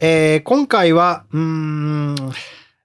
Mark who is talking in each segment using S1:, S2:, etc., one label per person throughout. S1: えー今回は、うーん、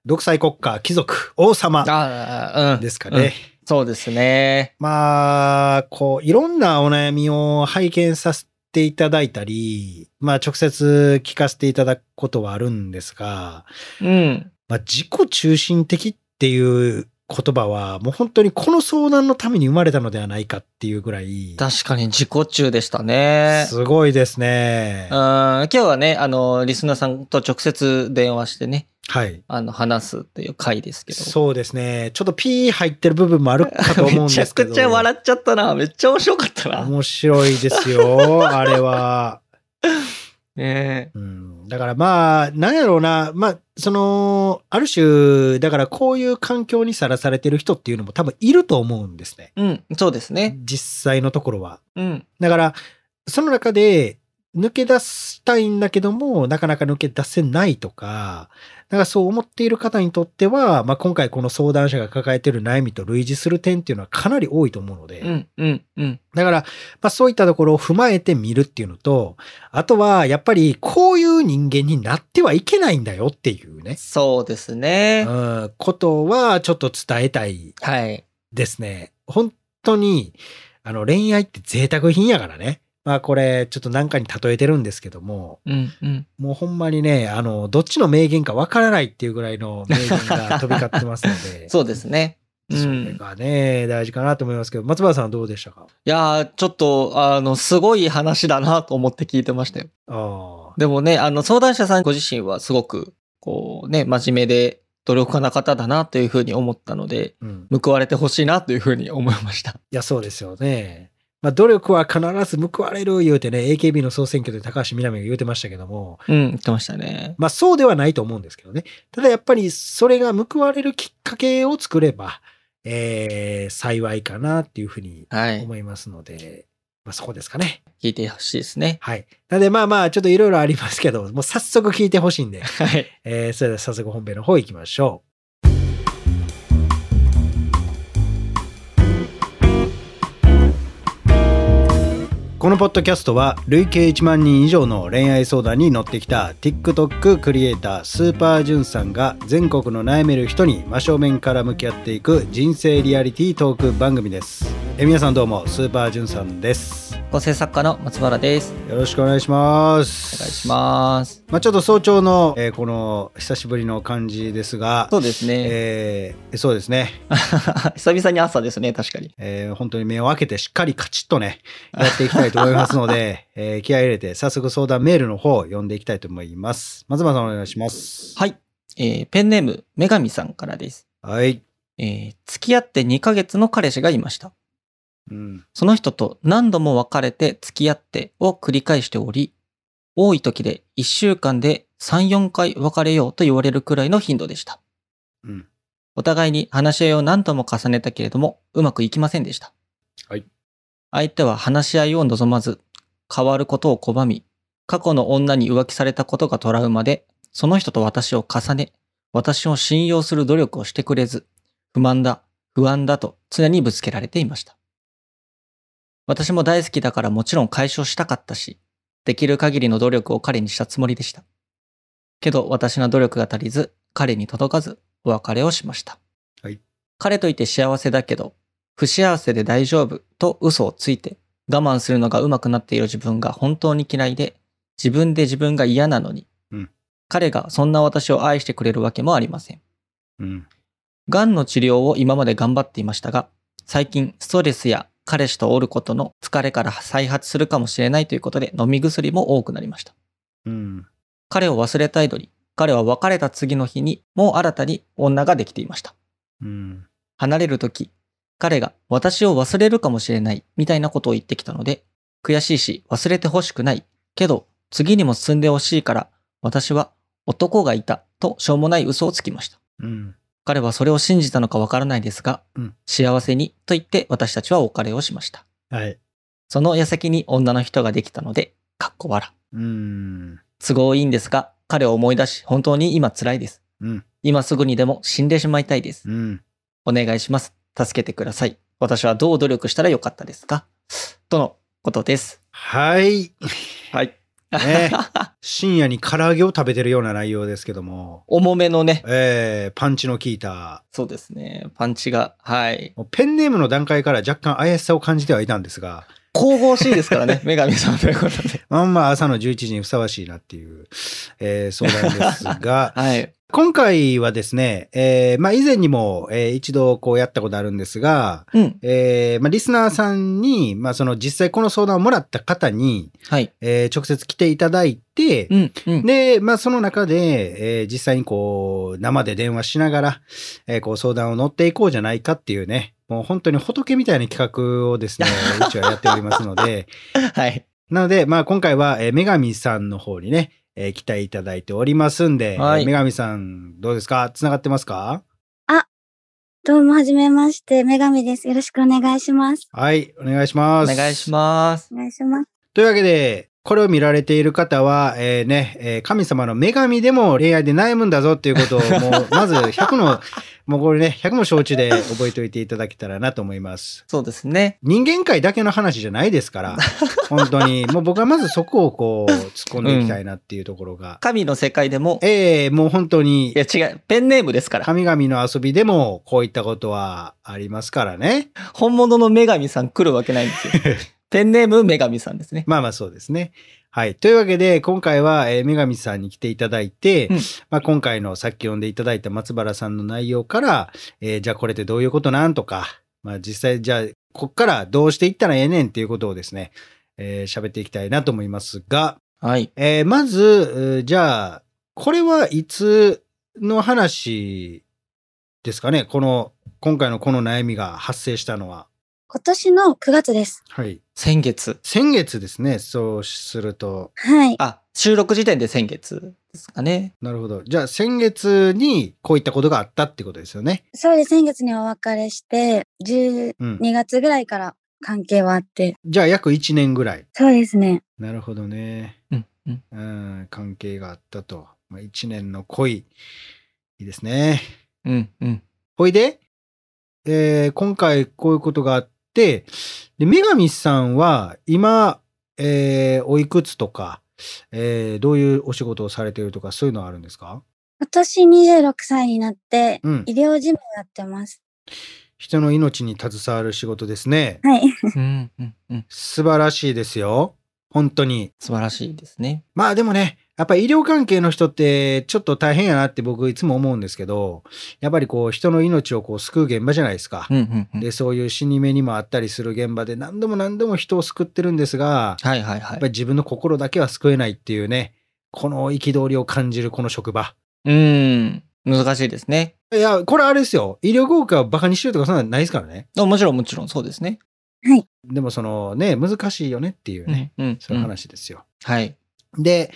S1: 独裁国家、貴族、王様
S2: ああ、うん。
S1: ですかね。
S2: うんそうですね。
S1: まあ、こう、いろんなお悩みを拝見させていただいたり、まあ直接聞かせていただくことはあるんですが、
S2: うん。
S1: まあ自己中心的っていう言葉はもう本当にこの相談のために生まれたのではないかっていうぐらい、
S2: 確かに自己中でしたね。
S1: すごいですね
S2: うん。。今日はね、あの、リスナーさんと直接電話してね、
S1: はい。
S2: あの、話すっていう回ですけど。
S1: そうですね。ちょっとピー入ってる部分もあるかと思うんですけど。
S2: めちゃくちゃ笑っちゃったな。めっちゃ面白かったな。
S1: 面白いですよ、 あれは。
S2: ね
S1: うんだからまあ、なんやろうな、まあ、その、ある種、だからこういう環境にさらされてる人っていうのも多分いると思うんですね。
S2: えうん、そうですね。
S1: 実際のところは。
S2: うん。
S1: だから、その中で、抜け出したいんだけども、なかなか抜け出せないとか、だからそう思っている方にとっては、まあ今回この相談者が抱えてる悩みと類似する点っていうのはかなり多いと思うので、
S2: うん、うん、うん。
S1: だから、まあそういったところを踏まえて見るっていうのと、あとはやっぱりこういう人間になってはいけないんだよっていうね、
S2: そうです
S1: う
S2: ね。
S1: ん、ことはちょっと伝えたい
S2: はい。
S1: ですね。本当に、あの恋愛って贅沢品やからね。まあこれちょっと何かに例えてるんですけども、
S2: うん、うん。
S1: もうほんまにね、あの、どっちの名言かわからないっていうぐらいの名言が飛び交ってますので。
S2: そうですね。う
S1: それ
S2: ん、
S1: がね、大事かなと思いますけど、松原さんはどうでしたか
S2: いやーちょっとあのすごい話だなと思って聞いてましたよ。
S1: ああ、
S2: でもねあの相談者さんご自身はすごくこうね真面目で努力家な方だなというふうに思ったので
S1: うん。
S2: 報われてほしいなというふうに思いました。
S1: いや、そうですよね。まあ、努力は必ず報われる言うてね、AKB の総選挙で高橋みなみが言うてましたけども、
S2: うん言ってましたね。
S1: まあ、そうではないと思うんですけどね。ただやっぱり、それが報われるきっかけを作れば、えー、幸いかなっていうふうに
S2: はい
S1: 思いますので、まあ、そこですかね。
S2: 聞いてほしいですね。
S1: はい。なんで、まあまあ、ちょっといろいろありますけど、もう早速聞いてほしいんで、
S2: はい。
S1: えー、それでは早速本編の方行きましょう。このポッドキャストは累計1万人以上の恋愛相談に乗ってきた TikTok クリエイタースーパージュンさんが全国の悩める人に真正面から向き合っていく人生リアリティートーク番組ですえ皆さんどうもスーパージュンさんですよ
S2: 構成作家の松原です。
S1: ろしくお願いします
S2: お願いします。
S1: まあ、ちょっと早朝の、えーこの久しぶりの感じですが
S2: そうですね。
S1: えーそうですね、
S2: 久々に朝ですね確かに。
S1: えー本当に目を開けてしっかりカチッとね、やっていきたいと思いますので、 えー気合い入れて早速相談メールの方を読んでいきたいと思います。松村さんお願いします。
S2: はい。えーペンネーム女神さんからです。
S1: はい。
S2: えー付き合って2ヶ月の彼氏がいました。
S1: うん。
S2: その人と何度も別れて付き合ってを繰り返しており、多い時で1週間で3、4回別れようと言われるくらいの頻度でした。
S1: うん。
S2: お互いに話し合いを何度も重ねたけれども、うまくいきませんでした。
S1: はい。
S2: 相手は話し合いを望まず、変わることを拒み、過去の女に浮気されたことがトラウマで、その人と私を重ね、私を信用する努力をしてくれず、不満だ、不安だと常にぶつけられていました。私も大好きだからもちろん解消したかったし、できる限りの努力を彼にしたつもりでした。けど私の努力が足りず、彼に届かず、お別れをしました。
S1: はい
S2: 彼といて幸せだけど、不幸せで大丈夫と嘘をついて、我慢するのが上手くなっている自分が本当に嫌いで、自分で自分が嫌なのに、
S1: うん
S2: 彼がそんな私を愛してくれるわけもありません。
S1: うん。
S2: がんの治療を今まで頑張っていましたが、最近ストレスや彼氏とおることの疲れから再発するかもしれないということで飲み薬も多くなりました。
S1: うん。
S2: 彼を忘れたいのに、彼は別れた次の日にもう新たに女ができていました。
S1: うん。
S2: 離れる時、彼が私を忘れるかもしれないみたいなことを言ってきたので、悔しいし忘れてほしくないけど次にも進んでほしいから私は男がいたとしょうもない嘘をつきました。
S1: うん。
S2: 彼はそれを信じたのかわからないですが、
S1: うん
S2: 幸せにと言って私たちはお別れをしました。
S1: はい。
S2: その矢先に女の人ができたので、かっこ笑。
S1: うん。
S2: 都合いいんですが、彼を思い出し、本当に今辛いです。
S1: うん。
S2: 今すぐにでも死んでしまいたいです。
S1: うん。
S2: お願いします。助けてください。私はどう努力したらよかったですかとのことです。
S1: はい。
S2: はい。
S1: ね、深夜に唐揚げを食べてるような内容ですけども、
S2: 重めのね、
S1: えー、パンチの効いた、
S2: そうですね、パンチが、はい。
S1: もうペンネームの段階から若干怪しさを感じてはいたんですが、
S2: 神々しいですか らね、女神さんということで。
S1: まあまあ朝の11時にふさわしいなっていう、えー、相談ですが、
S2: はい。
S1: 今回はですね、えー、まあ以前にも、えー一度こうやったことあるんですが、
S2: うん。
S1: えー、まあリスナーさんに、まあその実際この相談をもらった方に、
S2: はい。
S1: えー直接来ていただいて、
S2: うん。うん。
S1: で、まあ、その中で、えー実際にこう、生で電話しながら、えーこう、相談を乗っていこうじゃないかっていうね、もう本当に仏みたいな企画を ですね、うちはやっておりますので、
S2: はい。
S1: なので、まあ、今回は、えー女神さんの方にね、えー期待いただいておりますんで、
S2: はい
S1: えー女神さん、どうですか繋がってますか
S3: どうも、はじめまして、女神です。よろしくお願いします。
S1: はい、お願いしま
S2: お
S1: す。
S2: 願いします。
S3: お願いします。
S1: というわけで、これを見られている方は、えーね、えー神様の女神でも恋愛で悩むんだぞっていうことを、も う、まず100の、もうこれね、100の承知で覚えておいていただけたらなと思います。
S2: そうですね。
S1: 人間界だけの話じゃないです から、本当に、もう僕はまずそこをこう、突っ込んでいきたいなっていうところが、
S2: 神の世界でも、
S1: えーもう本当に
S2: い、や違う、ペンネームですから。
S1: 神々の遊びでもこういったことはありますからね。
S2: 本物の女神さん来るわけないんですよ。 ペンネーム女神さんですね。
S1: まあまあそうですね。はい。というわけで、今回は、えー女神さんに来ていただいて、
S2: うん
S1: まあ、今回のさっき読んでいただいた松原さんの内容から、えーじゃあこれってどういうことなんとか、まあ実際じゃあこっからどうしていったらええねんっていうことをですね、えー喋っていきたいなと思いますが、
S2: はい。
S1: えーまず、うーじゃあ、これはいつの話ですかねこの、今回のこの悩みが発生したのは。
S3: 今年の9月です。
S1: はい。
S2: 先月。
S1: 先月ですね。そうすると。
S3: はい。
S2: あ、収録時点で先月ですかね。
S1: なるほど。じゃあ、先月にこういったことがあったってことですよね。
S3: そうです。先月にお別れして、12
S1: うん。
S3: 月ぐらいから関係はあって。
S1: じゃあ、約1年ぐらい。
S3: そうですね。
S1: なるほどね。
S2: うん。うん。
S1: うん、関係があったと。まあ、1年の恋。いいですね。
S2: うん。 うん。
S1: ほいで、えー今回こういうことがあって、で、女神さんは今、えーおいくつとか、えーどういうお仕事をされているとか、そういうのはあるんですか
S3: 今年26歳になって、
S1: うん。
S3: 医療事務やってます。
S1: 人の命に携わる仕事ですね。
S3: はい。
S2: うん。うん。うん。
S1: 素晴らしいですよ。本当に。
S2: 素晴らしいですね。
S1: まあでもね、やっぱり医療関係の人ってちょっと大変やなって僕いつも思うんですけど、やっぱりこう人の命をこう救う現場じゃないですか。
S2: うん。うん。うん
S1: で、そういう死に目にもあったりする現場で何度も何度も人を救ってるんですが、
S2: はいはいは
S1: やっ
S2: い
S1: ぱ。り自分の心だけは救えないっていうね、この憤りを感じるこの職場。
S2: うん。難しいですね。
S1: いや、これあれですよ。医療業界をバカにしてるとかそんなのないですからね。
S2: あもちろんもちろんそうですね。
S1: でもそのね、難しいよねっていうね、
S2: うん。
S1: そういう話ですよ。
S2: うん。はい。
S1: で、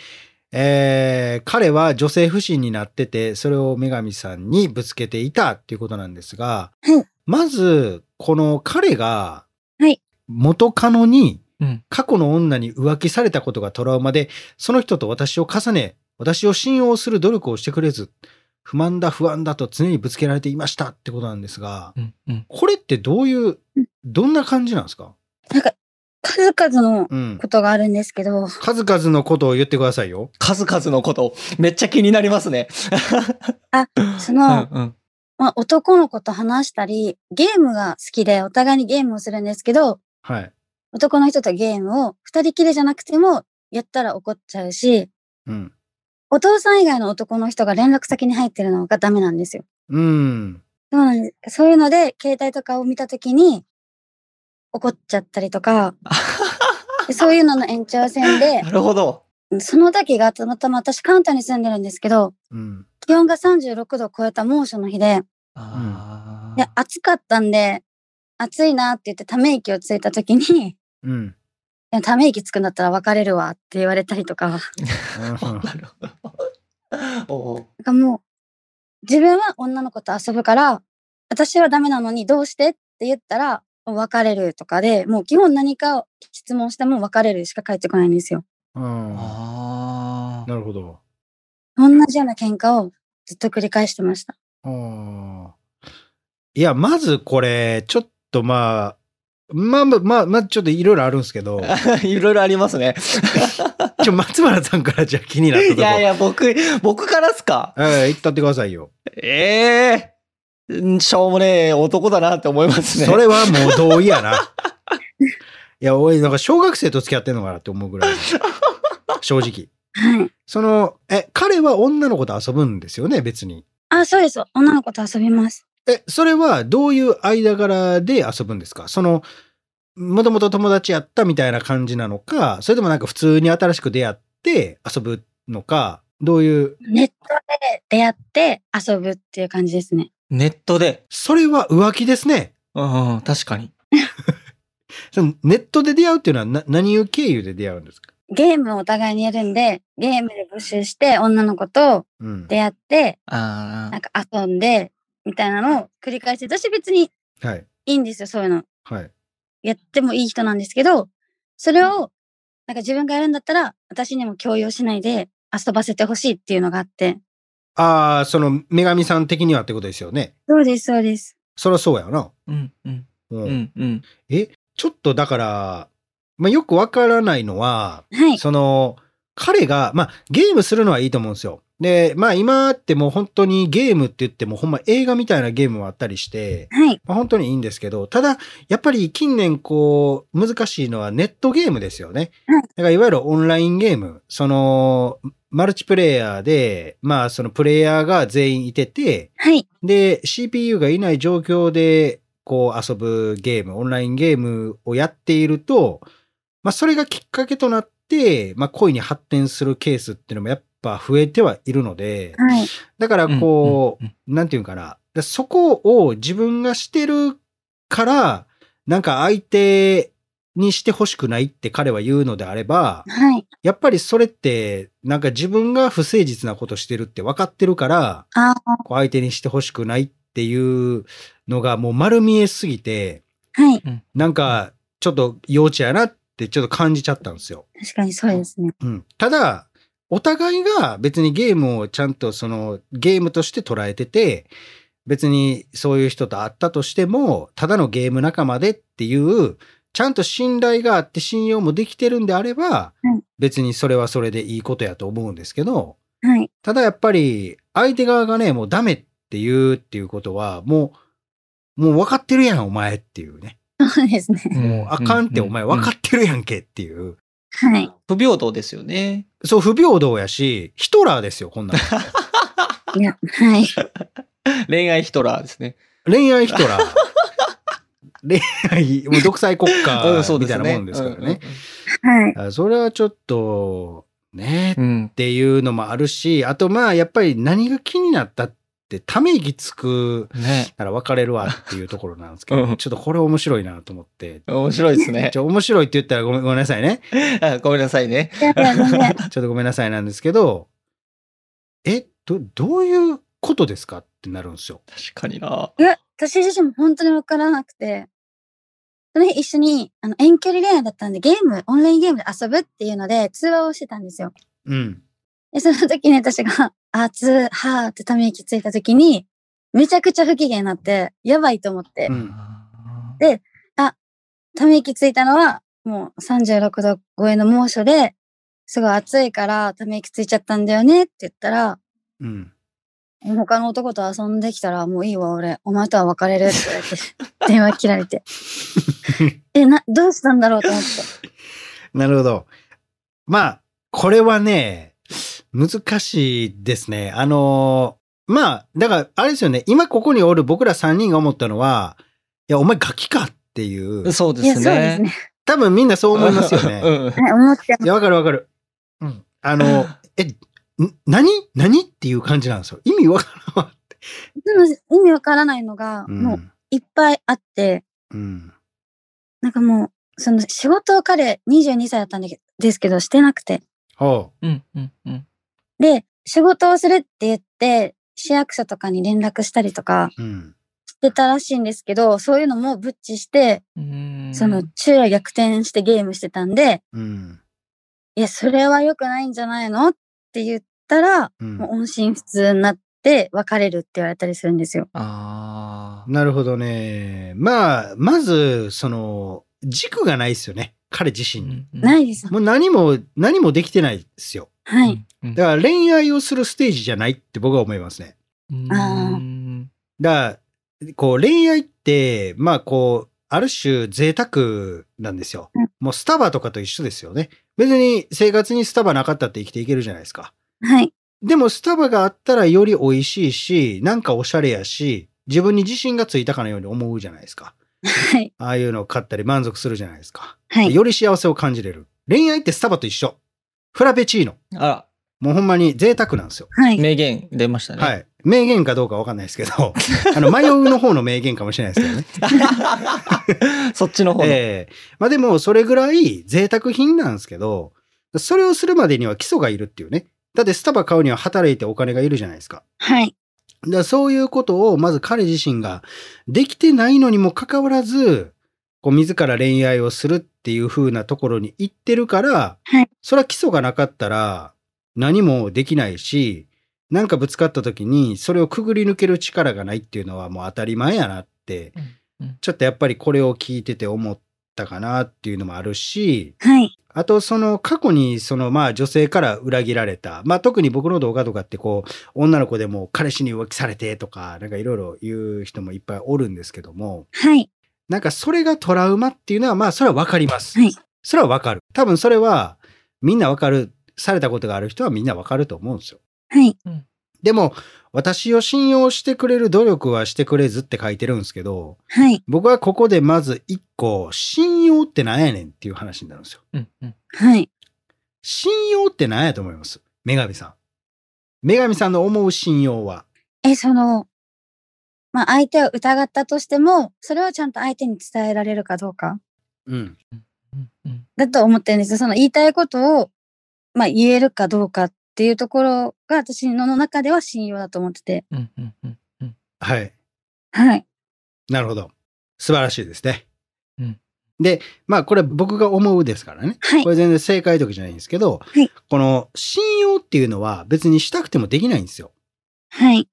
S1: えー彼は女性不信になってて、それを女神さんにぶつけていたっていうことなんですが、
S3: はい
S1: まず、この彼が
S3: はい、
S1: 元カノに
S2: うん。
S1: 過去の女に浮気されたことがトラウマで、その人と私を重ね、私を信用する努力をしてくれず、不満だ不安だと常にぶつけられていましたってことなんですが、
S2: うん。うん。
S1: これってどういう、どんな感じなんですか
S3: なんか、数々の
S1: うん。
S3: ことがあるんですけ ど、
S1: 数々のことを言ってくださいよ。
S2: 数々のこと、めっちゃ気になりますね。
S3: そうの、
S2: ん。
S3: まあ、男の子と話したり、ゲームが好きで、お互いにゲームをするんですけど、
S1: はい。
S3: 男の人とゲームを二人きりじゃなくてもやったら怒っちゃうし、
S1: うん。
S3: お父さん以外の男の人が連絡先に入ってるのがダメなんですよ。
S1: うん。
S3: そうなんです。そういうので、携帯とかを見たときに怒っちゃったりとか、でそういうのの延長線で、
S2: なるほど。
S3: その時がたまたま私関東に住んでるんですけど、
S1: うん。
S3: 気温が36度を超えた猛暑の日で、
S2: あ
S3: で
S2: あ。
S3: 暑かったんで、暑いなって言ってため息をついたときに、
S1: うん。
S3: いやため息つくんだったら別れるわって言われたりとか。
S2: なるほど。おう
S3: なんかもう、自分は女の子と遊ぶから、私はダメなのにどうしてって言ったら、別れるとかで、もう基本何かを質問しても別れるしか返ってこないんですよ。
S1: うん。な
S2: ああ。
S1: るほど。
S3: 同じような喧嘩をずっと繰り返してました。
S1: あーいや、まずこれ、ちょっとまあ、まあまあ、まあ、まあ、ちょっといろいろあるんですけ ど、
S2: いろいろありますね。
S1: ちょ、松原さんからじゃあ気になったと
S2: い
S1: こ。
S2: やいや、僕、僕からっすか
S1: ええ言ったってくださいよ。
S2: ええんしょうもねえ男だなって思いますね。
S1: それはもう同意やな。いや、俺、なんか小学生と付き合ってんのかなって思うぐらい。 正直。
S3: はい。
S1: その、え、彼は女の子と遊ぶんですよね、別に。
S3: あ、そうです。女の子と遊びます。
S1: え、それはどういう間柄で遊ぶんですかその、もともと友達やったみたいな感じなのか、それともなんか普通に新しく出会って遊ぶのか、どういう、
S3: ネットで出会って遊ぶっていう感じですね。
S2: ネットで。
S1: それは浮気ですね。
S2: うん、うん確かに。
S1: そのネットで出会うっていうのはな何を経由で出会うんですか
S3: ゲームをお互いにやるんで、ゲームで募集して女の子と
S1: うん。
S3: 出会って、
S2: あ
S3: な
S2: あ
S3: ん。か遊んで、みたいなのを繰り返して、私別に
S1: はい。
S3: いいんですよ、そういうの。
S1: はい。
S3: やってもいい人なんですけど、それを、なんか自分がやるんだったら、私にも強要しないで遊ばせてほしいっていうのがあって。
S1: ああ、その、女神さん的にはってことですよね。
S3: そうです、そうです。
S1: そりゃそうやよな。
S2: うん、うん、
S1: うん
S2: うん、うん。
S1: え、ちょっとだから、まあ、よくわからないのは、
S3: はい。
S1: その、彼が、まあ、ゲームするのはいいと思うんですよ。で、まあ、今ってもう本当にゲームって言っても、ほんま映画みたいなゲームもあったりして、
S3: はい。
S1: まあ、本当にいいんですけど、ただ、やっぱり近年こう、難しいのはネットゲームですよね
S3: うん。
S1: だからいわゆるオンラインゲーム、その、マルチプレイヤーで、まあ、そのプレイヤーが全員いてて、
S3: はい。
S1: で、CPU がいない状況で、こう遊ぶゲーム、オンラインゲームをやっていると、まあ、それがきっかけとなって、まあ、恋に発展するケースっていうのもやっぱ増えてはいるので、
S3: はい。
S1: だからこ
S2: うんうん
S1: う、なんていうんかな、でそこを自分がしてるから、なんか相手にしてほしくないって彼は言うのであれば、
S3: はい。
S1: やっぱりそれって、なんか自分が不誠実なことしてるって分かってるから、
S3: ああ、
S1: こう相手にしてほしくないっていうのがもう丸見えすぎて、
S3: はい。
S1: なんかちょっと幼稚やなってちょっと感じちゃったんですよ。
S3: 確かにそうですね。
S1: うん。ただ、お互いが別にゲームをちゃんとそのゲームとして捉えてて、別にそういう人と会ったとしても、ただのゲーム仲間でっていう、ちゃんと信頼があって信用もできてるんであれば
S3: うん、
S1: 別にそれはそれでいいことやと思うんですけど、
S3: はい。
S1: ただやっぱり、相手側がね、もうダメって言うっていうことは、もう、もう分かってるやん、お前っていうね。
S3: そうですね。
S1: もうあかんって、お前分か
S2: っ
S1: ってるやんけっていう。
S3: はい。
S2: 不平等ですよね。
S1: そう、不平等やし、ヒトラーですよ、こん なの。
S3: いや、はい。
S2: 恋愛ヒトラーですね。
S1: 恋愛ヒト ラー。恋愛、もう独裁国家みたいなもんですからね。。
S3: はい。
S1: あそれはちょっと、ね、
S2: う
S1: っ
S2: んうんうん。
S1: ていうのもあるし、あとまあ、やっぱり何が気になったって、ため息つく
S2: うんね
S1: なら別れるわっていうところなんですけど、
S2: うん
S1: ちょっとこれ面白いなと思って、
S2: 面白いですね
S1: ち。ょ、面白いって言ったらごめんごめんなさいね。
S2: あごめんなさいね。
S3: いやいや、全然。
S1: ちょっとごめんなさいなんですけど、え、ど、どういうことですかってなるんですよ。
S2: 確かにな。
S3: いや、私自身も本当にわからなくて、その日一緒にあの遠距離恋愛だったんで、ゲーム、オンラインゲームで遊ぶっていうので通話をしてたんですよ。
S1: うん。
S3: で、その時に私が、あつ、はーってため息ついた時に、めちゃくちゃ不機嫌になって、やばいと思って
S1: う、ん。
S2: あ
S3: でため息ついたのは、もう36度超えの猛暑で、すごい暑いから、ため息ついちゃったんだよねって言ったら、
S1: うん。
S3: 他の男と遊んできたら、もういいわ、俺。お前とは別れるって言われ て、電話切られて。え、な、どうしたんだろうと思って。
S1: なるほど。まあ、これはね、難しいですね。あのーまあ、だから、あれですよね。今ここにおる僕ら3人が思ったのは、いや、お前ガキかっていう
S2: ー。そう
S3: い
S2: で
S3: や、
S2: す
S3: そうです
S2: ね。
S3: ね。
S1: 多分みんなそう思いますよ
S2: う
S1: ね。
S2: ん
S3: はい思って
S1: いや、わかるわかる。うん。あの、え、ん何何っていう感じなんですよ。意味わからんわ。
S3: ます。でも意味わからないのが、もういっぱいあって、
S1: うん。
S3: なんかもう、その仕事を彼22歳だったんだけですけど、してなくて。
S1: ほ
S2: うんうんうん。
S3: で、仕事をするって言って、市役所とかに連絡したりとか
S1: う。うん。
S3: してたらしいんですけど、そういうのもぶっちして、
S2: うん
S3: その、昼夜逆転してゲームしてたんで、
S1: うん。
S3: いや、それは良くないんじゃないのって言ったら、
S1: うん
S3: もう音信不通になっって別れるって言われたりするんですよ。
S2: あー
S1: なるほどね。まあ、まず、その、軸がないですよね。彼自
S2: う
S1: 身に。
S2: んうん
S3: ないです。
S1: もう何も、何もできてないですよ。
S3: は
S2: う
S3: い。
S2: んうん
S1: だから恋愛をするステージじゃないって僕は思いますね。
S3: あー
S2: うん
S1: だから、こう恋愛って、まあこう、ある種贅沢なんですよ
S3: うん。
S1: もうスタバとかと一緒ですよね。別に生活にスタバなかったって生きていけるじゃないですか。
S3: はい。
S1: でもスタバがあったらより美味しいし、なんかおしゃれやし、自分に自信がついたかのように思うじゃないですか。
S3: はい。
S1: ああいうのを買ったり満足するじゃないですか。
S3: はい。
S1: より幸せを感じれる。恋愛ってスタバと一緒。フラペチーノ。
S2: あら、
S1: もうほんまに贅沢なんですよ。
S3: はい。
S2: 名言出ましたね。
S1: はい。名言かどうかわかんないですけど、 あの、迷うの方の名言かもしれないですけど ね。
S2: そっちの方の。
S1: ええまあでも、それぐらい贅沢品なんですけど、それをするまでには基礎がいるっていうね。だってスタバ買うには働いてお金がいるじゃないですか。
S3: はい。
S1: だからそういうことを、まず彼自身ができてないのにもかかわらず、こう自ら恋愛をするっていう風なところに行ってるから、
S3: はい
S1: それは基礎がなかったら何もできないし、なんかぶつかった時にそれをくぐり抜ける力がないっていうのはもう当たり前やなって、
S2: うんうん
S1: ちょっとやっぱりこれを聞いてて思ったかなっていうのもあるし、
S3: はい。
S1: あと、その過去に、そのまあ女性から裏切られた。まあ特に僕の動画とかってこう、女の子でも彼氏に浮気されてとか、なんかいろいろ言う人もいっぱいおるんですけども、
S3: はい。
S1: なんかそれがトラウマっていうのはまあそれはわかります。
S3: はい
S1: それはわかる。多分それはみんなわかる。されたことがある人はみんなわかると思うんですよ。
S3: はい。
S1: でも、私を信用してくれる努力はしてくれずって書いてるんですけど、
S3: はい。
S1: 僕はここでまず一個、信用ってなんやねんっていう話になるんですよ。
S2: うんうん
S3: はい。
S1: 信用って何やと思います女神さん。女神さんの思う信用は。
S3: え、その、まあ、相手を疑ったとしても、それはちゃんと相手に伝えられるかどうか
S1: うん。
S2: うんうん
S3: だと思ってるんですよその言いたいことを、まあ、言えるかどうかっていうところが、私の中では信用だと思ってて。
S2: うんうんうん
S1: はい。
S3: はい。
S1: なるほど。素晴らしいですね。
S2: うん
S1: で、まあこれ僕が思うですからね。
S3: はい
S1: こ。れ全然正解とかじゃないんですけど、
S3: はい
S1: この信用っていうのは別にしたくてもできないんですよ。
S3: はい。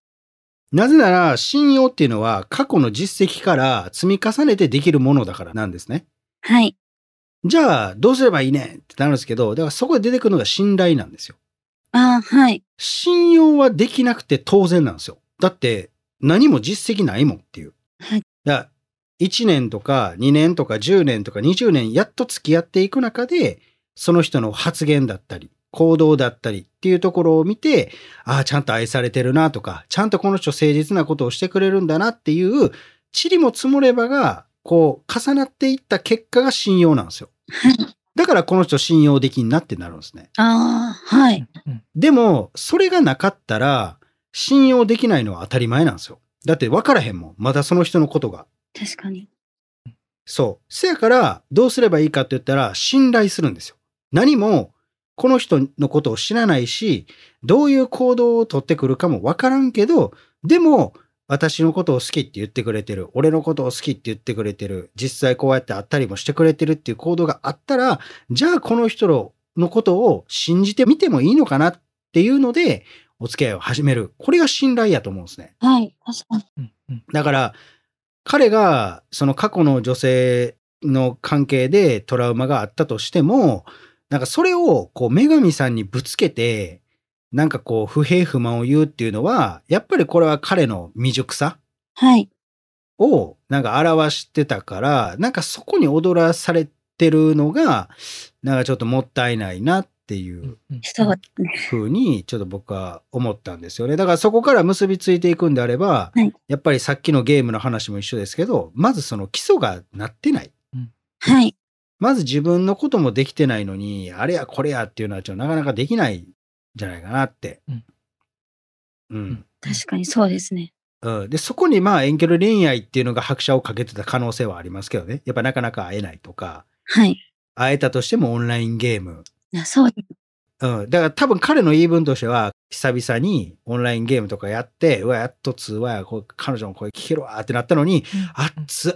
S1: なぜなら信用っていうのは過去の実績から積み重ねてできるものだからなんですね。
S3: はい。
S1: じゃあどうすればいいねってなるんですけど、だからそこで出てくるのが信頼なんですよ。
S3: ああ、はい。
S1: 信用はできなくて当然なんですよ。だって何も実績ないもんっていう。
S3: はい
S1: だから1年とか2年とか10年とか20年やっと付き合っていく中で、その人の発言だったり、行動だったりっていうところを見て、ああ、ちゃんと愛されてるなとか、ちゃんとこの人誠実なことをしてくれるんだなっていう、塵も積もればが、こう、重なっていった結果が信用なんですよ。
S3: はい。
S1: だからこの人信用できんなってなるんですね。
S3: ああ、は
S2: う
S3: い。
S2: んうん
S1: でも、それがなかったら、信用できないのは当たり前なんですよ。だって分からへんもん。まだその人のことが。
S3: 確かに。
S1: そう。せやから、どうすればいいかって言ったら、信頼するんですよ。何も、この人のことを知らないし、どういう行動をとってくるかも分からんけど、でも、私のことを好きって言ってくれてる。俺のことを好きって言ってくれてる。実際こうやって会ったりもしてくれてるっていう行動があったら、じゃあこの人のことを信じてみてもいいのかなっていうので、お付き合いを始める。これが信頼やと思うんですね。
S3: はい。確かに。
S2: うんうん
S1: だから、彼がその過去の女性の関係でトラウマがあったとしても、なんかそれをこう女神さんにぶつけて、なんかこう不平不満を言うっていうのは、やっぱりこれは彼の未熟さ
S3: はい。
S1: をなんか表してたから、なんかそこに踊らされてるのが、なんかちょっともったいないなっていううん
S2: うん
S3: そうですね。
S1: ふうにちょっと僕は思ったんですよね。だからそこから結びついていくんであれば、
S3: はい
S1: やっぱりさっきのゲームの話も一緒ですけど、まずその基礎がなってない。
S3: はい。
S1: まず自分のこともできてないのに、あれやこれやっていうのはちょっとなかなかできないんじゃないかなって。
S2: うん
S1: うん。
S3: 確かにそうですね。
S1: うん。で、そこにまあ遠距離恋愛っていうのが拍車をかけてた可能性はありますけどね。やっぱなかなか会えないとか、
S3: はい。
S1: 会えたとしてもオンラインゲーム
S3: いやそうです。
S1: うん。だから多分彼の言い分としては、久々にオンラインゲームとかやって、うわ、やっと通話や、こう彼女の声聞けるわってなったのに、あっつ、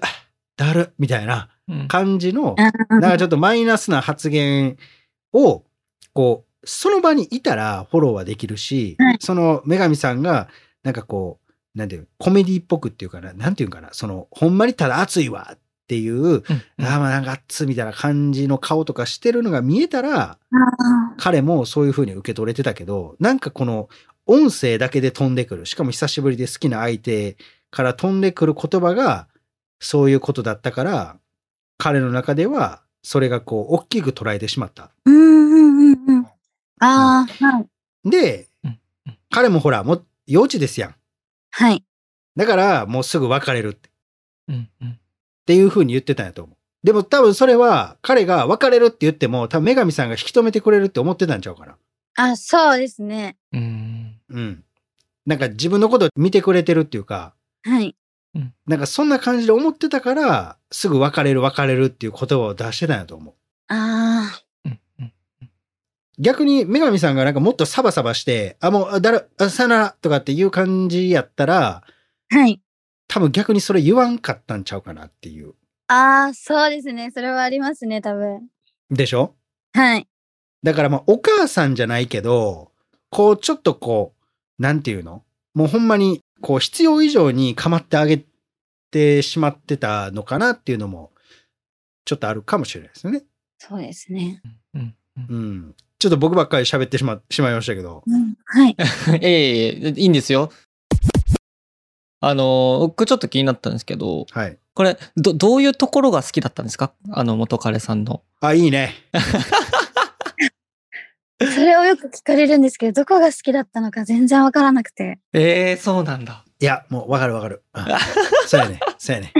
S1: だる、みたいな
S2: うん
S1: 感じの、
S3: あ
S1: なんか
S3: ー
S1: ちょっとマイナスな発言を、こう、その場にいたらフォローはできるし
S3: はい、
S1: その女神さんが、なんかこう、なんていう、コメディっぽくっていうかな、なんていうんかな、その、ほんまにただ熱いわっていう、
S2: うん
S1: ああ、まあなんか熱みたいな感じの顔とかしてるのが見えたら、
S3: あ
S1: 彼もそういう風に受け取れてたけど、なんかこの音声だけで飛んでくる。しかも久しぶりで好きな相手から飛んでくる言葉が、そういうことだったから、彼の中では、それがこう、大きく捉えてしまった。
S3: ーうんうんうんうん。ああ、はい。
S1: で
S2: うんうん、
S1: 彼もほら、もう、幼稚ですやん。
S3: はい。
S1: だから、もうすぐ別れるってっ
S2: うんうん
S1: ていう風に言ってたんやと思う。でも多分それは、彼が別れるって言っても、多分女神さんが引き止めてくれるって思ってたんちゃうかな。
S3: あ、そうですね。
S2: うーん
S1: うん。なんか自分のことを見てくれてるっていうか、
S3: はい。
S1: なんかそんな感じで思ってたから、すぐ別れる別れるっていう言葉を出してたんやと思う。
S3: あ
S2: うんうん
S1: 逆に女神さんがなんかもっとサバサバして、あ、もう、あだら、あさよならとかっていう感じやったら、
S3: あ、はい。
S1: 多分逆にそれ言わんかったんちゃうかなっていう。
S3: ああ、そうですね。それはありますね、多分。
S1: でしょ
S3: はい。
S1: だからまあお母さんじゃないけど、こうちょっとこう、なんていうのもうほんまにこう必要以上に構ってあげてしまってたのかなっていうのも、ちょっとあるかもしれないですよね。
S3: そうですね。
S2: うんうん
S1: うん。ちょっと僕ばっかり喋ってしましまいましたけど。
S3: うん、はい。
S2: ええええいいんですよ。あの、僕ちょっと気になったんですけど、
S1: はい。
S2: これ、ど、どういうところが好きだったんですかあの、元彼さんの。
S1: あ、いいね。
S3: それをよく聞かれるんですけど、どこが好きだったのか全然わからなくて。
S2: ええそうなんだ。
S1: いや、もうわかるわかる。うん そうやね。そうやね。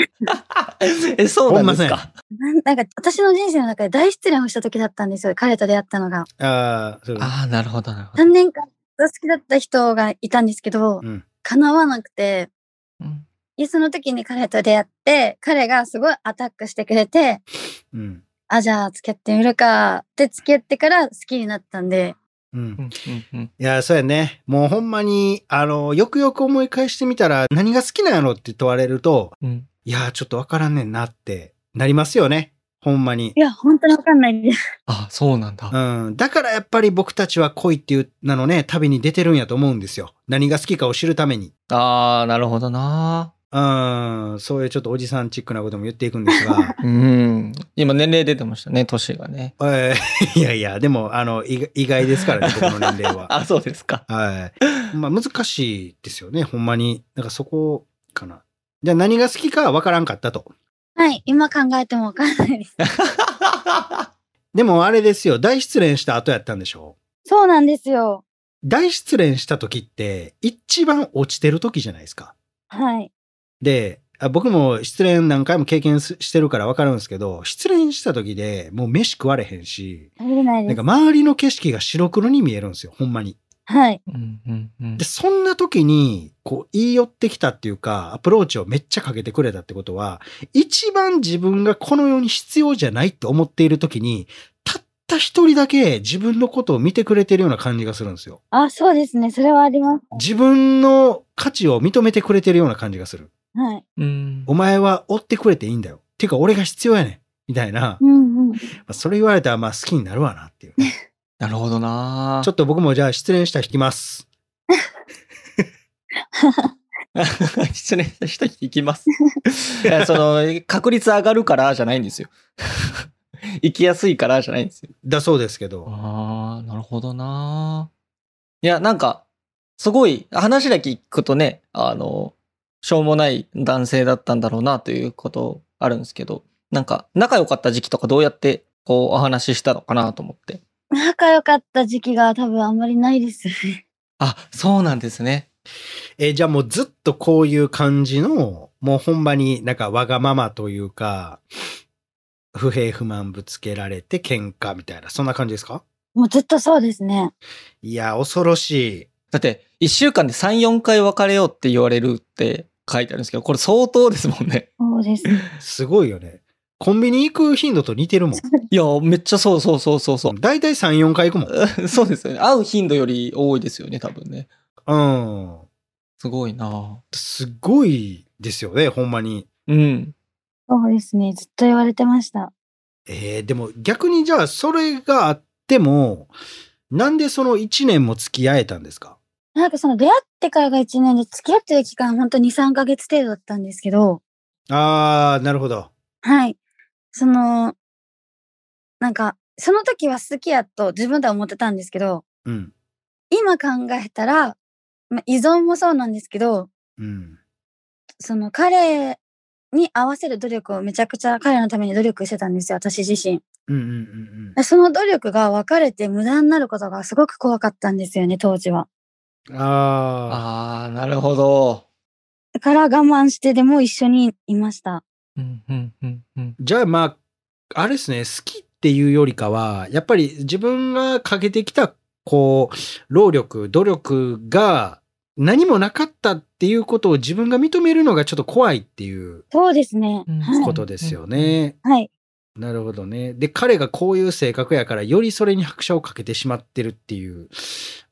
S2: え、そうなんです
S1: ほ
S2: か
S3: なんなんか、私の人生の中で大失恋をした時だったんですよ。彼と出会ったのが。
S1: ああ、そう
S2: ああ、なるほど、なるほど。
S3: 3年間ずっと好きだった人がいたんですけど、
S1: うん
S3: 叶わなくて、
S2: うん
S3: でその時に彼と出会って、彼がすごいアタックしてくれて、
S1: うん。
S3: あ、じゃあ付き合ってみるかって付き合ってから好きになったんで、
S1: うん
S2: う。んうんうん
S1: いや、そうやね。もうほんまに、あの、よくよく思い返してみたら、何が好きなんやろって問われると、
S2: うん
S1: いやー、ちょっとわからんねんなってなりますよね。ほんまに
S3: い。や、本当にわかんないです。
S2: あ、そうなんだ。
S1: うん。だからやっぱり僕たちは恋っていうなのね、旅に出てるんやと思うんですよ。何が好きかを知るために。
S2: ああ、なるほどな。。
S1: うん。そういうちょっとおじさんチックなことも言っていくんですが
S2: うん。今、年齢出てましたね、年がね。
S1: えーいやいや、でも、あの、意外意外ですからね、僕の年齢は。
S2: あ、そうですか。
S1: はい。まあ難しいですよね、ほんまに。だからそこかな。じゃあ何が好きかは分からんかったと。
S3: はい、今考えてもわかんないです。
S1: でもあれですよ、大失恋した後やったんでしょ
S3: そうなんですよ。
S1: 大失恋した時って、一番落ちてる時じゃないですか。
S3: はい。
S1: で、あ僕も失恋何回も経験すしてるから分かるんですけど、失恋した時でもう飯食われへんし、
S3: 食べれない
S1: な
S3: で
S1: んか
S3: す。
S1: 周りの景色が白黒に見えるんですよ、ほんまに。
S3: はい。
S2: うんうんうん
S1: で、そんな時に、こう、言い寄ってきたっていうか、アプローチをめっちゃかけてくれたってことは、一番自分がこの世に必要じゃないって思っている時に、たった一人だけ自分のことを見てくれてるような感じがするんですよ。
S3: あ、そうですね。それはあります。
S1: 自分の価値を認めてくれてるような感じがする。
S3: はい。
S2: うん
S1: お前は追ってくれていいんだよ。てか、俺が必要やねん。みたいな。ま
S3: うんうん。
S1: あそれ言われたら、まあ好きになるわなっていうね。
S2: なるほどな。
S1: ちょっと僕もじゃあ失恋した引きます。
S2: 失礼した人に行きます。 いやその、確率上がるからじゃないん ですよ。行きやすいからじゃないんですよ。
S1: だそうですけど。
S2: ああ、なるほどな。いや、なんか、すごい、話だけ聞くとね、あの、しょうもない男性だったんだろうなということあるんですけど、なんか、仲良かった時期とかどうやって、こう、お話ししたのかなと思って。
S3: 仲良かった時期が多分あんまりないですよ ね。
S2: あ、そうなんですね。
S1: えーじゃあもうずっとこういう感じの、もうほんまになんかわがままというか、不平不満ぶつけられて喧嘩みたいな、そんな感じですか
S3: もうずっとそうですね。
S1: いや、恐ろしい。
S2: だって、一週間で3、4回別れようって言われるって書いてあるんですけど、これ相当ですもんね。
S3: そうです。
S1: すごいよね。コンビニ行く頻度と似てるもん。
S2: いや、めっちゃそうそうそうそうそう。
S1: だいたい3、4回行くもん。
S2: そうですよね。会う頻度より多いですよね、多分ね。
S1: うん。
S2: すごいな
S1: すごいですよね、ほんまに。
S2: うん。
S3: そうですね。ずっと言われてました。
S1: えーでも逆にじゃあそれがあっても、なんでその1年も付き合えたんですか
S3: なんかその出会ってからが1年で、付き合ってる期間ほんと2、3ヶ月程度だったんですけど、
S1: ああ、なるほど。
S3: はい。その、なんか、その時は好きやと自分では思ってたんですけど、
S1: うん。
S3: 今考えたら、まあ、依存もそうなんですけど、
S1: うん。
S3: その彼に合わせる努力をめちゃくちゃ彼のために努力してたんですよ、私自身。
S1: うんうんうん
S3: でその努力が別れて無駄になることがすごく怖かったんですよね、当時は。
S1: うん。ああ。
S2: ああ、なるほど。
S3: だから我慢してでも一緒にいました。
S2: うん、うん、うん、うん。
S1: じゃあまあ、あれですね、好きっていうよりかは、やっぱり自分がかけてきた、こう、労力、努力が何もなかったっていうことを自分が認めるのがちょっと怖いっていう
S3: そうですね。
S2: うん
S3: はい
S1: ことですよね。
S3: はい。
S1: なるほどね。で、彼がこういう性格やから、よりそれに拍車をかけてしまってるっていう、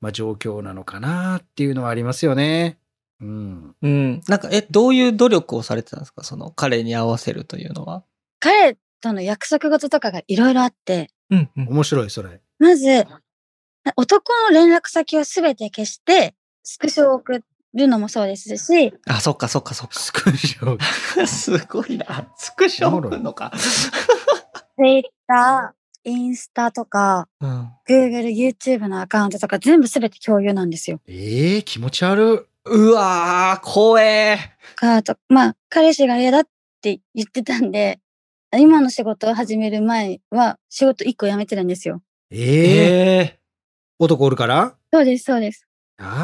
S1: まあ状況なのかなっていうのはありますよね。うん。
S2: うん。なんか、え、どういう努力をされてたんですかその彼に合わせるというのは。
S3: 彼との約束事とかがいろいろあって、
S2: うん、うん。
S1: 面白い、そ れ。
S3: まず、男の連絡先をすべて消して、スクショを送るのもそうですし、
S2: あ、そっかそっかそっ
S1: スクショ。
S2: か。すごいな。スクショ送るのか。
S3: Twitter、インスタとか、
S2: うん。
S3: Google、YouTube のアカウントとか全部すべて共有なんですよ。
S1: ええ気持ち悪
S2: うわー、怖え
S3: かとまあ、彼氏が嫌だって言ってたんで、今の仕事を始める前は仕事1個辞めてるんですよ。
S1: い。
S2: ー。
S1: ええ
S2: え
S1: 男おるから
S3: そうです、そうです。
S2: ー。
S1: あ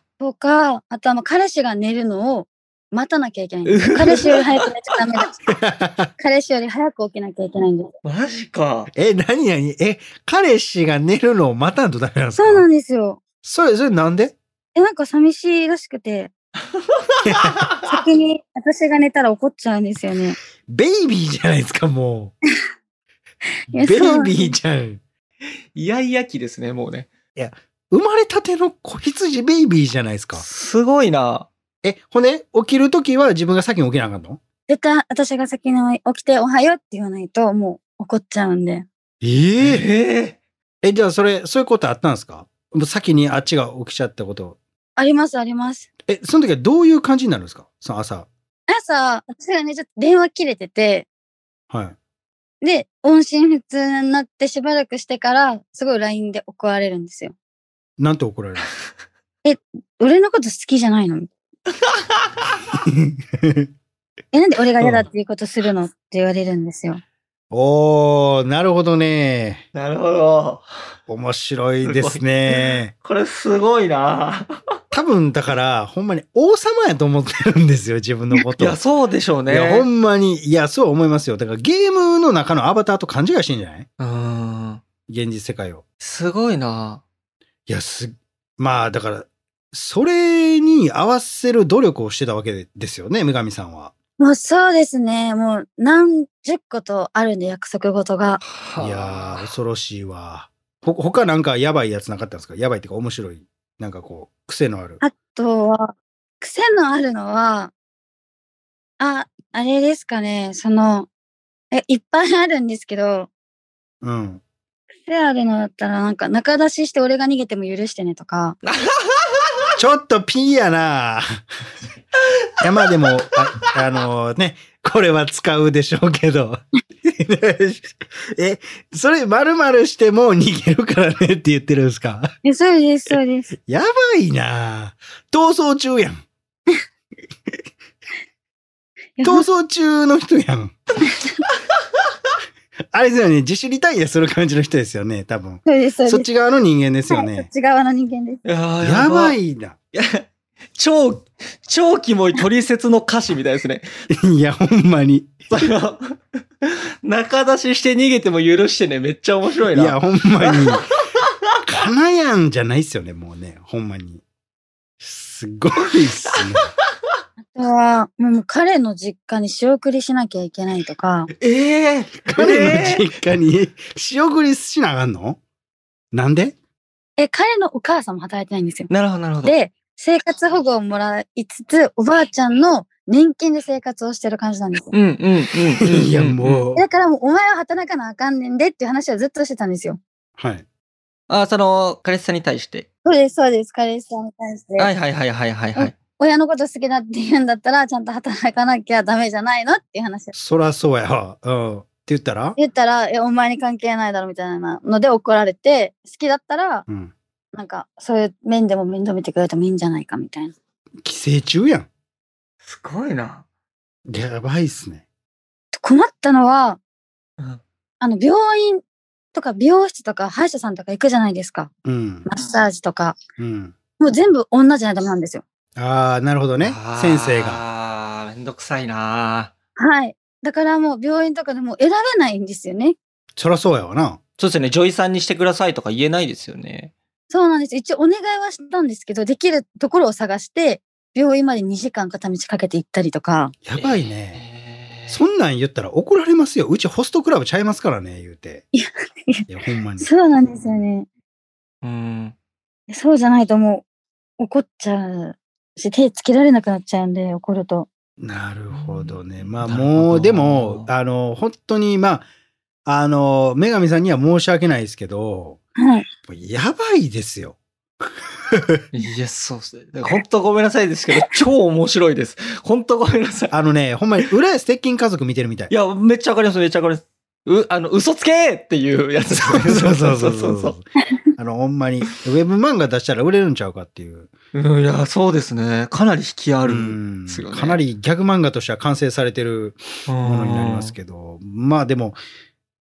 S2: は
S3: とか、あとはもう彼氏が寝るのを待たなきゃいけないんです
S2: うわ
S3: よ。彼氏より早く寝ちゃダメだし、
S1: あ。
S3: 彼氏より早く起きなきゃいけないんです。
S2: ー。 マジか。
S1: え、なになにえ、彼氏が寝るのを待たんとダメなんですか
S3: そうなんですよ。
S1: それ、それなんで
S3: え、なんか寂しいらしくて、先に私が寝たら怒っちゃうんですよね。
S1: ベイビーじゃないですか、もう。
S3: い
S1: ベイ
S3: やそう
S1: ビーじゃん。
S2: イヤイヤ期ですね、もうね。
S1: 生まれたての子羊ベイビーじゃないですか。
S2: すごいな。
S1: え、ほんで、起きるときは自分が先に起きなあかんの
S3: 絶対私が先に起きておはようって言わないともう怒っちゃうんで。
S1: ええ
S2: え
S1: え、じゃあそれ、そういうことあったんですかもう先にあっちが起きちゃったこと。
S3: ありますあります。
S1: え、その時はどういう感じになるんですかその朝。
S3: 朝、私がね、ちょっと電話切れてて、
S1: はい。
S3: で、音信不通になってしばらくしてから、すごい LINE で怒られるんですよ。
S1: なんて怒られる
S3: 俺のこと好きじゃないの
S1: んですか
S3: え、なんで俺が嫌だっていうことするのって言われるんですよ。
S1: おー、なるほどね。
S2: なるほど。
S1: 面白いですね。
S2: これすごいな。
S1: 多分だから、ほんまに王様やと思ってるんですよ、自分のこ
S2: い
S1: と。
S2: や、そうでしょうね。
S1: いやほんまに、いや、そう思いますよ。だからゲームの中のアバターと勘違いしてんじゃないう
S2: ーん。
S1: 現実世界を。
S2: すごいな。
S1: いや、す、まあだから、それに合わせる努力をしてたわけでですよね、女神さんは。
S3: もうそうですね。もう何十個とあるんで約束事が。
S1: い
S2: はあ
S1: やー、恐ろしいわ。ほ、他なんかやばいやつなかったんですかやばいっていうか面白い。なんかこう、癖のある。
S3: あとは、癖のあるのは、あ、あれですかね。その、え、いっぱいあるんですけど、
S1: うん。
S3: 癖あるのだったらなんか中出しして俺が逃げても許してねとか。
S1: ちょっとピーやないや、まあでも、あ、あのね、これは使うでしょうけど。 え、それ丸々してもう逃げるからねって言ってるんですか
S3: え、そうです、そうです。
S1: やばいな逃走中やん。
S3: いや
S1: 逃走中の人やん。あれですよね、自主リタイアする感じの人ですよね、多分。
S3: そうです、そうです。
S1: そっち側の人間ですよ
S3: はい、そっ
S1: ね。
S3: ち側の人間です。
S2: いやー
S1: やば。いな。
S2: や超、超キモいトリセツの歌詞みたいですね。
S1: いや、ほんまに。
S2: その、中出しして逃げても許してね、めっちゃ面白い
S1: い
S2: な。
S1: や、ほんまに。かなやんじゃないっすよね、もうね。ほんまに。すごいっす ね。
S3: あとは、もう彼の実家に仕送りしなきゃいけないとか、
S2: ええ
S1: 彼の実家に仕送りしなあかんのなんで
S3: え、彼のお母さんも働いてないんですよ。
S2: なるほど、なるほど。
S3: で、生活保護をもらいつつ、おばあちゃんの年金で生活をしてる感じなんですよ。
S2: うん、うん、うんうん。うん
S1: いや、もう。
S3: だからもうお前は働かなあかんねんでっていう話はずっとしてたんですよ。
S1: はい。
S2: あ、その、彼氏さんに対して。
S3: そうです、そうです。彼氏さんに対して。
S2: はいはいはいはいはいはい。
S3: 親のこと好きだって言うんだったら、ちゃんと働かなきゃダメじゃないのっていう話です。
S1: そらそうやわ。うん。って言ったら
S3: 言ったら、いや、お前に関係ないだろみたいなので怒られて、好きだったら、
S1: うん。
S3: なんか、そういう面でも面倒見てくれてもいいんじゃないかみたいな。
S1: 寄生虫やん。
S2: すごいな。
S1: やばいっすね。
S3: 困ったのは、
S2: うん
S3: あの、病院とか美容室とか歯医者さんとか行くじゃないですか。
S1: うん。
S3: マッサージとか。
S1: うん。
S3: もう全部女じゃないとダメなんですよ。
S1: ああ、なるほどね。先生が。
S2: ああ、めんどくさいな。
S3: はい。だからもう病院とかでも選べないんですよね。
S1: そらそうやわな。
S2: そうですよね。女医さんにしてくださいとか言えないですよね。
S3: そうなんです。一応お願いはしたんですけど、できるところを探して、病院まで2時間片道かけて行ったりとか。
S1: やばいね。
S2: えー
S1: そんなん言ったら怒られますよ。うちホストクラブちゃいますからね、言うて。
S3: いや
S1: いや、ほんまに。
S3: そうなんですよね。
S2: うん。
S3: そうじゃないともう怒っちゃうし、手つけられなくなっちゃうんで、怒ると。
S1: なるほどね。まあ
S2: なるほど
S1: もう、でも、あの、本当に、まあ、あの、女神さんには申し訳ないですけど、
S3: はい。
S1: やばいですよ。
S2: いや、そうですね。本当ごめんなさいですけど、 超面白いです。本当ごめんなさい。
S1: あのね、ほんまに、浦安鉄筋家族見てるみたい
S2: い。や、めっちゃわかります、めっちゃわかります。う、あの、嘘つけーっていうやつ。
S1: そうそうそうそうそうそう。あの、ほんまに、ウェブ漫画出したら売れるんちゃうかっていう。
S2: うんいや、そうですね。かなり引きある。
S1: うん
S2: ですよね
S1: かなりギャグ漫画としては完成されてるものになります
S2: ど。
S1: けど、まあでも、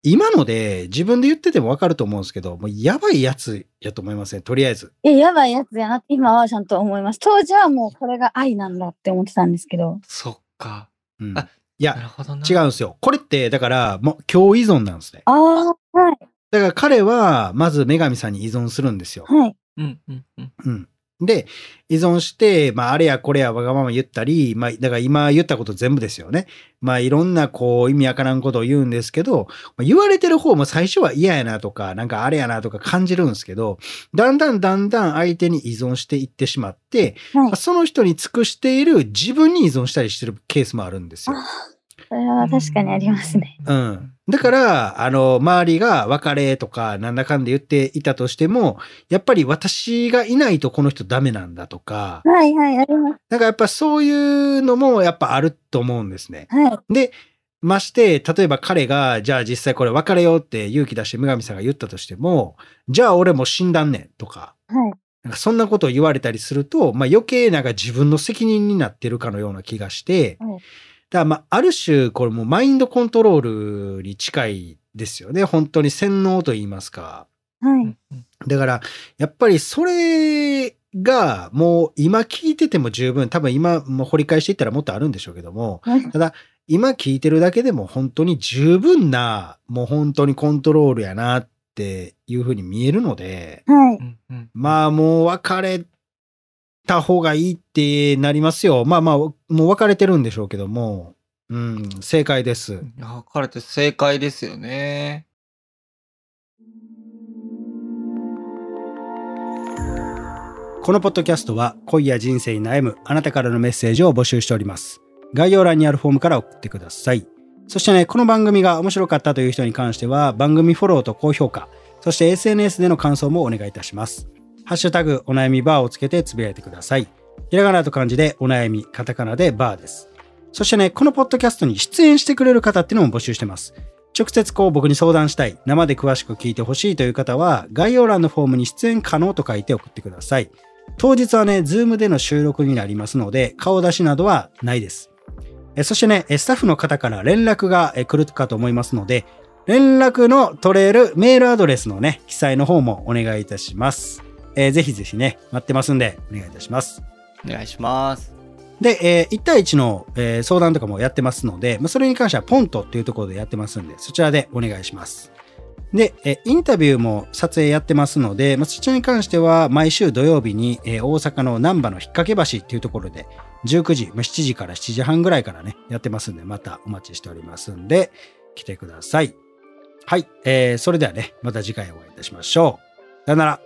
S1: 今ので自分で言っててもわかると思うんですけど、もうやばいやつやと思いますね、とりあえず。
S3: え、やばいやつやなって今はちゃんと思います。当時はもうこれが愛なんだって思ってたんですけど。
S2: そっか。
S1: うん
S2: あ
S1: いや、
S2: なるほどな。
S1: 違うんですよ。これって、だから、もう、強依存なんですね。
S3: ああ、はい、
S1: だから彼は、まず女神さんに依存するんですよ。
S3: はい、
S2: うん、うん、うん。
S1: うん。で、依存して、まあ、あれやこれやわがまま言ったり、まあ、だから今言ったこと全部ですよね。まあ、いろんな、こう、意味わからんことを言うんですけど、まあ言われてる方も最初は嫌やなとか、なんかあれやなとか感じるんですけど、だんだんだんだん相手に依存していってしまって、
S3: はい。
S1: その人に尽くしている自分に依存したりしてるケースもあるんですよ。
S3: それは確かにありますね。
S2: う。
S1: うんん。だから、あの、周りが別れとか、なんだかんで言っていたとしても、やっぱり私がいないとこの人ダメなんだとか、
S3: はい、はい、あります。
S1: なんかやっぱそういうのもやっぱあると思うんですね。
S3: はい、
S1: で、まして、例えば彼が、じゃあ実際これ別れようって勇気出して女神さんが言ったとしても、じゃあ俺もう死んだんねんとか、
S3: はい。
S1: なんかそんなことを言われたりすると、まあ、余計なんか自分の責任になってるかのような気がして、
S3: うん
S1: だからまあある種これもうマインドコントロールに近いですよね本当に洗脳と言いますか
S3: は
S2: う
S3: い
S2: ん、
S1: だからやっぱりそれがもう今聞いてても十分多分今もう掘り返していったらもっとあるんでしょうけども
S3: はい
S1: 今聞いてるだけでも本当に十分なもう本当にコントロールやなっていうふうに見えるので。
S3: はい、
S2: うんうん
S1: まあもう別れた方がいいってなりますよ。まあまあ、もう別れてるんでしょうけども。うん、正解です。
S2: いや彼って正解ですよね。
S1: このポッドキャストは恋や人生に悩むあなたからのメッセージを募集しております。概要欄にあるフォームから送ってください。そしてね、この番組が面白かったという人に関しては番組フォローと高評価、そして SNS での感想もお願いいたします。ハッシュタグお悩みバーをつけてつぶやいてください。ひらがなと漢字でお悩み、カタカナでバーです。そしてね、このポッドキャストに出演してくれる方っていうのも募集してます。直接こう僕に相談したい、生で詳しく聞いてほしいという方は、概要欄のフォームに出演可能と書いて送ってください。当日はね、ズームでの収録になりますので、顔出しなどはないです。えそしてね、えスタッフの方から連絡がえ来るかと思いますので、連絡の取れるメールアドレスのね、記載の方もお願いいたします。えーぜひぜひね、待ってますんで、お願いいたします。
S2: お願いします。
S1: で、え1対1の、えー相談とかもやってますので、まあ、それに関してはポントっていうところでやってますんで、そちらでお願いします。で、えーインタビューも撮影やってますので、まあ、そちらに関しては毎週土曜日に、えー大阪の難波の引っ掛け橋っていうところで、19時、まあ、7時から7時半ぐらいからね、やってますんで、またお待ちしておりますんで、来てください。はい、えーそれではね、また次回お会いいたしましょう。さよなら。